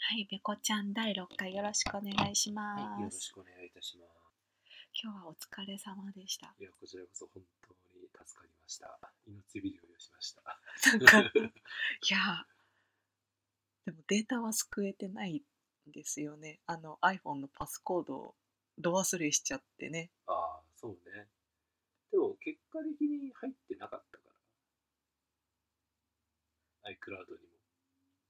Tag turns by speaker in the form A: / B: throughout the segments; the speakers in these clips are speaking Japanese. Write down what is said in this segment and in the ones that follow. A: はい、べこちゃん第六回よろしくお願いします。
B: はい、よろしくお願いいたします。
A: 今日はお疲れ様でした。
B: いや、こちらこそ本当に助かりました。命拾いをしました。
A: なんか、いやー、でもデータは救えてないんですよね。あの iPhone のパスコードをど忘れしちゃってね。
B: ああ、そうね。でも、結果的に入ってなかったから。iCloud にも。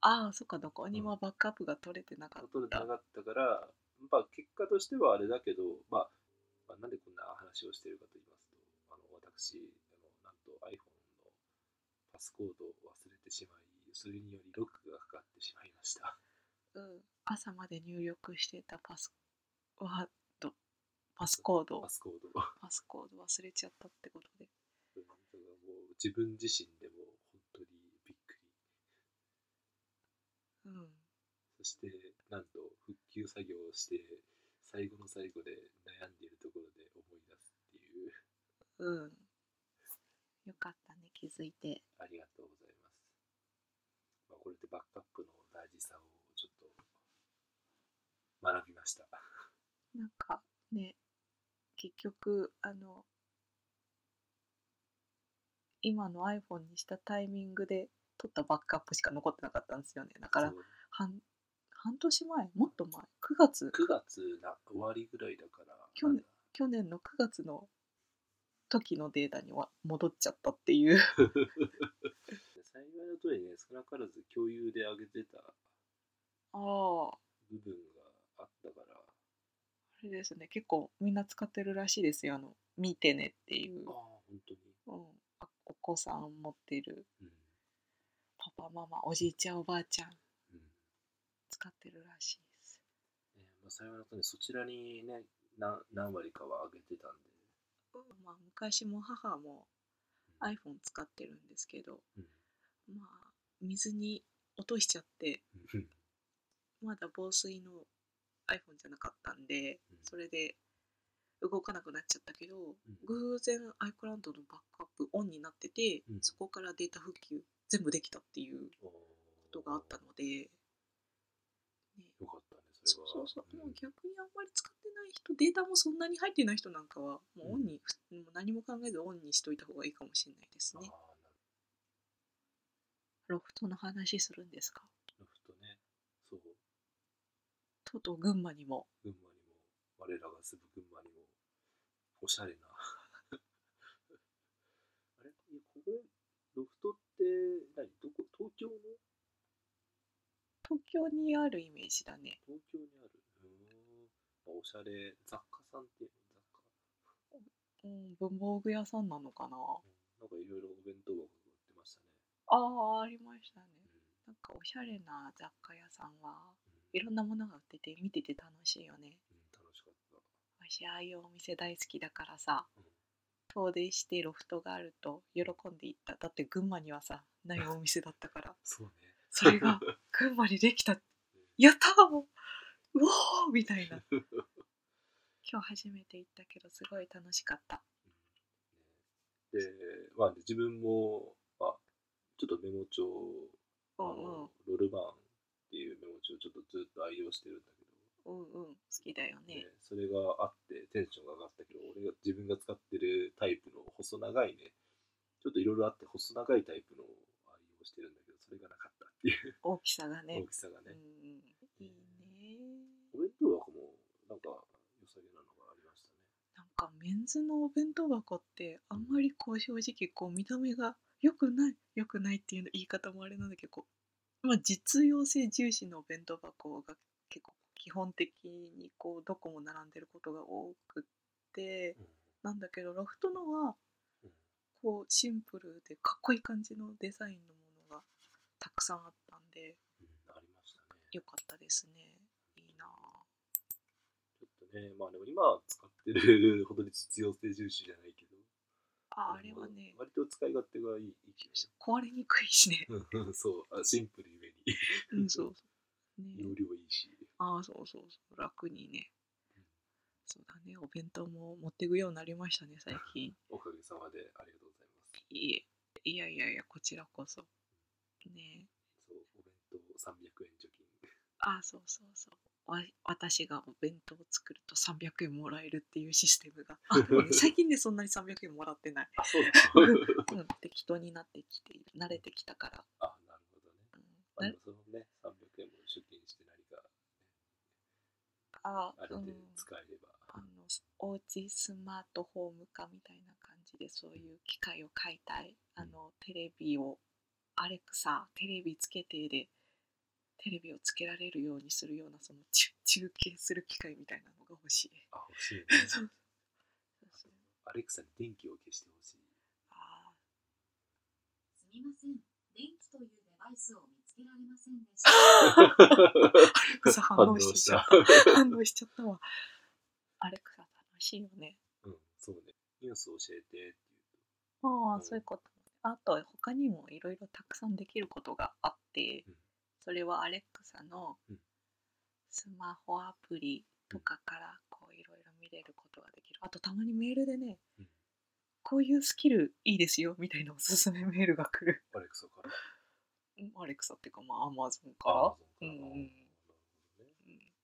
A: ああ、そっか、どこにもバックアップが取れてなか
B: 取
A: っ
B: れて
A: た
B: な。かったから、まあ、結果としてはあれだけど、まあ、まあなんでこんな話をしているかと言いますと、あの私、あのなんと iPhone のパスコードを忘れてしまい、それによりロックがかかってしまいました。
A: うん、朝まで入力してたパスワード、パスコード
B: パ、スコードを。
A: パスコード忘れちゃったってことで。
B: うんだからもう自分自身でも本当にびっくり
A: うん、
B: そしてなんと復旧作業をして最後の最後で悩んでいるところで思い出すっていう
A: うん。よかったね、気づいて。
B: ありがとうございます、まあ、これでバックアップの大事さをちょっと学びました
A: なんかね結局あの今の iPhone にしたタイミングで取ったバックアップしか残ってなかったんですよねだから
B: そう
A: 半半年前もっと前9月
B: 9月な終わりぐらいだから
A: 去年
B: なんだ
A: 去年の9月の時のデータには戻っちゃったっていう
B: 幸いのとおりね少なからず共有で上げてた
A: ああ
B: 部分があったから
A: あれですね結構みんな使ってるらしいですよあの見てねっていう
B: ああ、本当に、
A: うん、あお子さん持ってる
B: うん
A: パパママおじいちゃんおばあちゃん
B: うん
A: 使ってるらしいです
B: ねまあ、幸いなことにそちらにねな何割かは上げてたんで、
A: まあ、昔も母も iPhone 使ってるんですけど、
B: うん
A: まあ水に落としちゃって
B: うん
A: まだ防水の iPhone じゃなかったんで
B: うん
A: それで動かなくなっちゃったけど、
B: ん
A: 偶然 iCloud のバックアップオンになってて、
B: うん
A: そこからデータ復旧全部できたっていう
B: こ
A: ことがあったので、ね、
B: よかったねそ
A: そ
B: れ
A: う
B: は
A: そうそう、もうん逆にあんまり使ってない人データもそんなに入ってない人なんかはもうオンに、もう何も考えずオンにしといた方がいいかもしれないです
B: ああな
A: ね
B: る
A: ロフトの話するんですか
B: ロフトねそう
A: とうとう群馬にも
B: 群馬にも我らが住む群馬にもおしゃれな あれいやこれロフトって何どこ東京の
A: 東京にあるイメージだね
B: 東京にあるうーん、まあ、おしゃれ雑貨さんっていうの雑
A: う
B: 貨
A: ん文房具屋さんなのかな
B: なんかいろいろお弁当箱が売ってましたね、
A: ああありましたね
B: う
A: な
B: ん
A: んかおしゃれな雑貨屋さんはいろんなものが売ってて見てて楽しいよね
B: うん、楽しかった
A: 私ああいうお店大好きだからさ
B: うん
A: 遠出してロフトがあると喜んで行っただって群馬にはさないお店だったから
B: そうね
A: それが群馬にできたやったーもううおーみたい な今日初めて行ったけどすごい楽しかった
B: で、まあ、自分も、まあ、ちょっとメモ帳、
A: う
B: あ
A: んうん
B: のロルバーンっていうメモ帳をちょっとずっと愛用してるんだけ
A: うんうん好きだよ
B: ど、
A: ね
B: ねそれがあってテンションが上がったけど俺が自分が使ってるタイプの細長いねちょっといろいろあって細長いタイプのを愛用してるんだけどそれがなかったっていう
A: 大きさがね
B: 大きさが
A: うん
B: ね、
A: うんいいね
B: お弁当箱もなんか良さげなのがありましたね
A: なんかメンズのお弁当箱ってあんまりこう正直こう見た目が良くない良くないっていうの言い方もあれなんだけどこう、まあ、実用性重視のお弁当箱が結構基本的にこうどこも並んでることが多くってなんだけどロフトのは
B: うん
A: こうシンプルでかっこいい感じのデザインのものがたくさんあったんで
B: うん、ありましたね
A: 良かったですねいいなぁ
B: ちょっとね、まあでも今使ってるほどに実用性重視じゃないけど、
A: ああれはね
B: 割と使い勝手がいい。いい気がし、
A: 壊れにくいしね
B: ますそう、あシンプルゆえ
A: う
B: に。
A: ん、そうそうね
B: 容量いいし。
A: ああ、そうそうそう、楽にね
B: うん。
A: そうだね、お弁当も持っていくようになりましたね、最近。
B: おかげさまでありがとうございます。
A: いえ、いやいやいや、こちらこそ。ねえ
B: そう、お弁当300円貯金。
A: あそうそうそうわ私がお弁当を作ると300円もらえるっていうシステム があでもね最近ねそんなに300円もらってない、
B: あ、そうだ。
A: うん、適当になってきている慣れてきたから、
B: あ、なるほどね。
A: うん
B: まあ、
A: な
B: でもそのね、300円も出勤して何か、
A: あ
B: あれ
A: うん
B: で使えれば。
A: あのおうちスマートホーム化みたいな感じでそういう機械を買いたいあのテレビをアレクサテレビつけてでテレビをつけられるようにするようなその中中継する機械みたいなのが欲しい。
B: あ、欲しいね。
A: そうそう
B: アレクサに電気を消してほしい。
A: あ
C: すみません。電気というデバイスを見つけられませんでした。
A: ーア レクサ 反応しちゃっ
B: 反応した
A: た。反応しちゃったわ。アレクサ楽しいよね。
B: うん、そうね。ニュース教えてっていう
A: あ
B: う
A: あ
B: ん
A: そういうことあと他にもいろいろたくさんできることがあって、
B: うん
A: それはアレクサの
B: うん
A: スマホアプリとかからこういろいろ見れることができるあとたまにメールでね、
B: うん
A: こういうスキルいいですよみたいなおすすめメールが来る
B: アレクサから。
A: うんアレクサっていうかまあアマゾンから
B: Amazon から
A: うん
B: なるほどね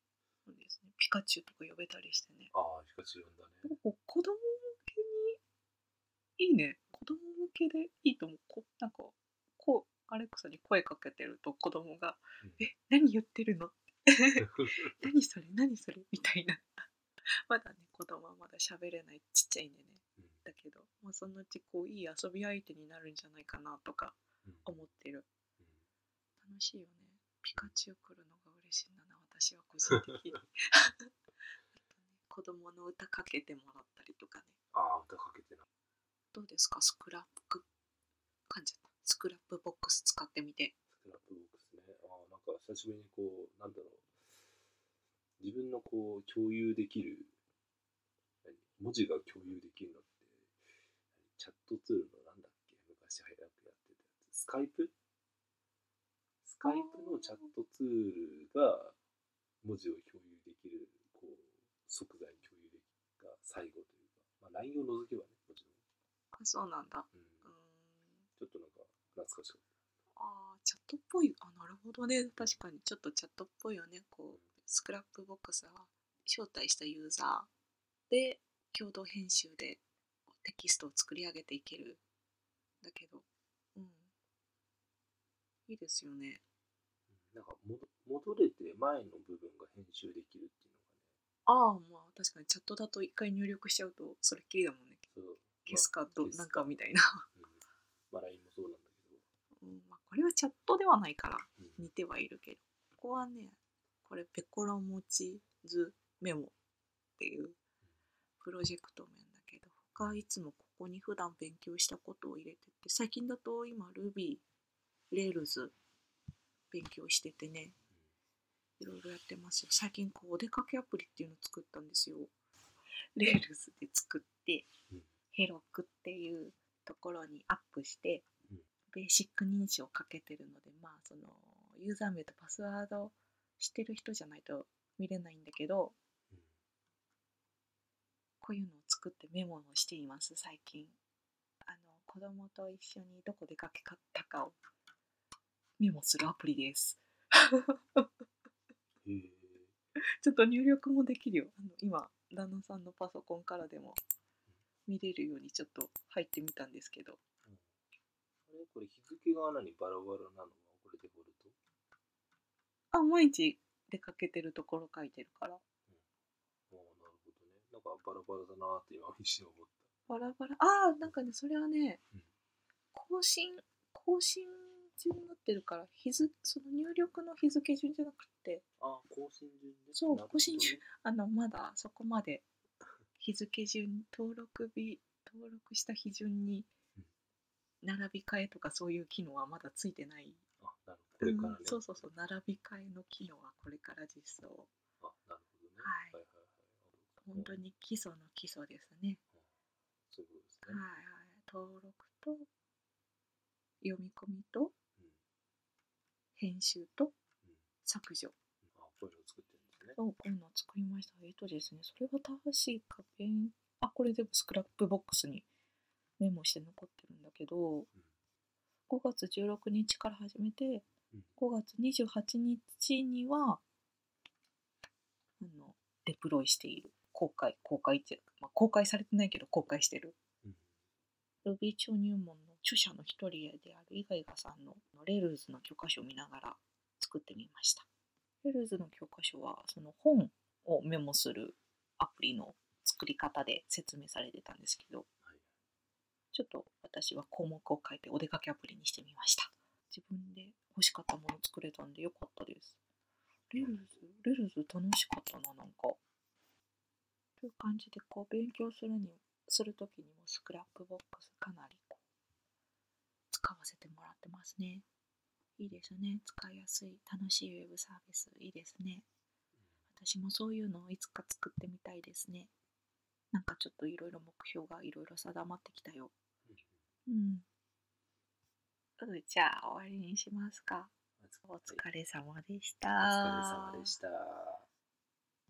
A: うんそうですねピカチュウとか呼べたりしてね
B: ああ、ピカチュウ呼んだね。
A: なんかこう子供向けにいいね子供向けでいいと思うこなんかこうアレクサに声かけてると子供が
B: うん
A: 「え何言ってるの 何それ何それ」みたいな まだね子供はまだ喋れないちっちゃいんでね
B: うん
A: だけど、まあ、そのうちこういい遊び相手になるんじゃないかなとか
B: うん
A: 思ってる
B: うん
A: 楽しいよねピカチュウ来るのが嬉しいんだな私は個人的に あとね子供の歌かけてもらったりとかね
B: ああ、歌かけてな。
A: どうですかスクラップ噛んじゃったスクラップボックス使ってみて
B: スクラップボックスね。ああ、なんか久しぶりにこう、なんだろう。自分のこう、共有できる、何文字が共有できるのって、チャットツールのなんだっけ昔早くやってたやつ。スカイプスカイプのチャットツールが文字を共有できる、こう、即座に共有できるが最後というか、まあ、LINE を除けばね、もちろん。
A: あそうなんだ
B: うん
A: うーん
B: ちょっとなんか懐かしかっ
A: あーチャットっぽいあなるほどね確かにちょっとチャットっぽいよねこうスクラップボックスは招待したユーザーで共同編集でテキストを作り上げていけるだけどうんいいですよね
B: た。なんか戻戻れて前の部分が編集できるっていう
A: ああまあ確かにチャットだと一回入力しちゃうとそれっきりだもんね
B: のがね、そう
A: 消すかど
B: 消すか
A: なんかみたいな、
B: うんまあ LINE もそうなんだけど、
A: うんまあ、これはチャットではないから
B: うん
A: 似てはいるけどここはねこれペコロモチズメモっていうプロジェクト面だけど他いつもここに普段勉強したことを入れてて最近だと今 Ruby、Rails 勉強しててねいろいろやってますよ最近こうお出かけアプリっていうのを作ったんですよ Rails で作って
B: うん
A: ヘロクっていうところにアップして
B: うん
A: ベーシック認証をかけてるのでまあそのユーザー名とパスワードしてる人じゃないと見れないんだけど
B: うん
A: こういうのを作ってメモをしています最近あの子供と一緒にどこ出かけかったかをメモするアプリです
B: へえ
A: ちょっと入力もできるよあの今旦那さんのパソコンからでも見れるようにちょっと入ってみたんですけど
B: あれこれ日付が何バラバラなのこれで掘ると
A: あ毎日出かけてるところ書いてるから
B: ああなるほどねなんかバラバラだなって今一瞬思っ
A: バラバラああなんかねそれはね、
B: うん
A: 更新更新順になってるから日付その入力の日付順じゃなくて
B: たああ更新順で
A: そう
B: なる
A: 更
B: ほどね
A: 新順あのまだそこまで日付順登録日登録した日順に
B: うん
A: 並び替えとかそういう機能はまだついてない、
B: あなるほどこれからね、
A: うんそうそうそう並び替えの機能はこれから実装
B: あなるほどね
A: はい
B: はいはいはい
A: 本当に基礎の基礎ですね、
B: そういうことです
A: はい
B: ね、
A: はい登録と読み込みと
B: うん
A: 編集と
B: うん
A: 削除
B: あこういうの作ってるんですね
A: をこういうのを作りました。えっとですね、それは確かペン、あ、これ全部スクラップボックスにメモして残ってるんだけど、5月16日から始めて、
B: うん
A: 5月28日にはデプロイしている公開公開って、まあ、公開されてないけど公開してる
B: うん
A: Ruby 超入門の著者の一人である伊賀伊賀さんのレールズの教科書を見ながら作ってみましたレールズの教科書はその本をメモするアプリの作り方で説明されてたんですけど
B: はい
A: ちょっと私は項目を書いてお出かけアプリにしてみました。自分で欲しかったもの作れたんでよかったです。レルズ、レルズ楽しかったな、なんか。という感じで、こう、勉強するに、するときにもスクラップボックスかなりこう、使わせてもらってますね。いいですね。使いやすい、楽しいウェブサービス、いいですね。私もそういうのをいつか作ってみたいですね。なんかちょっといろいろ目標がいろいろ定まってきたよ。うん。うんじゃあ終わりにしますか。
B: お疲
A: お疲れ様でした。
B: れ様でした。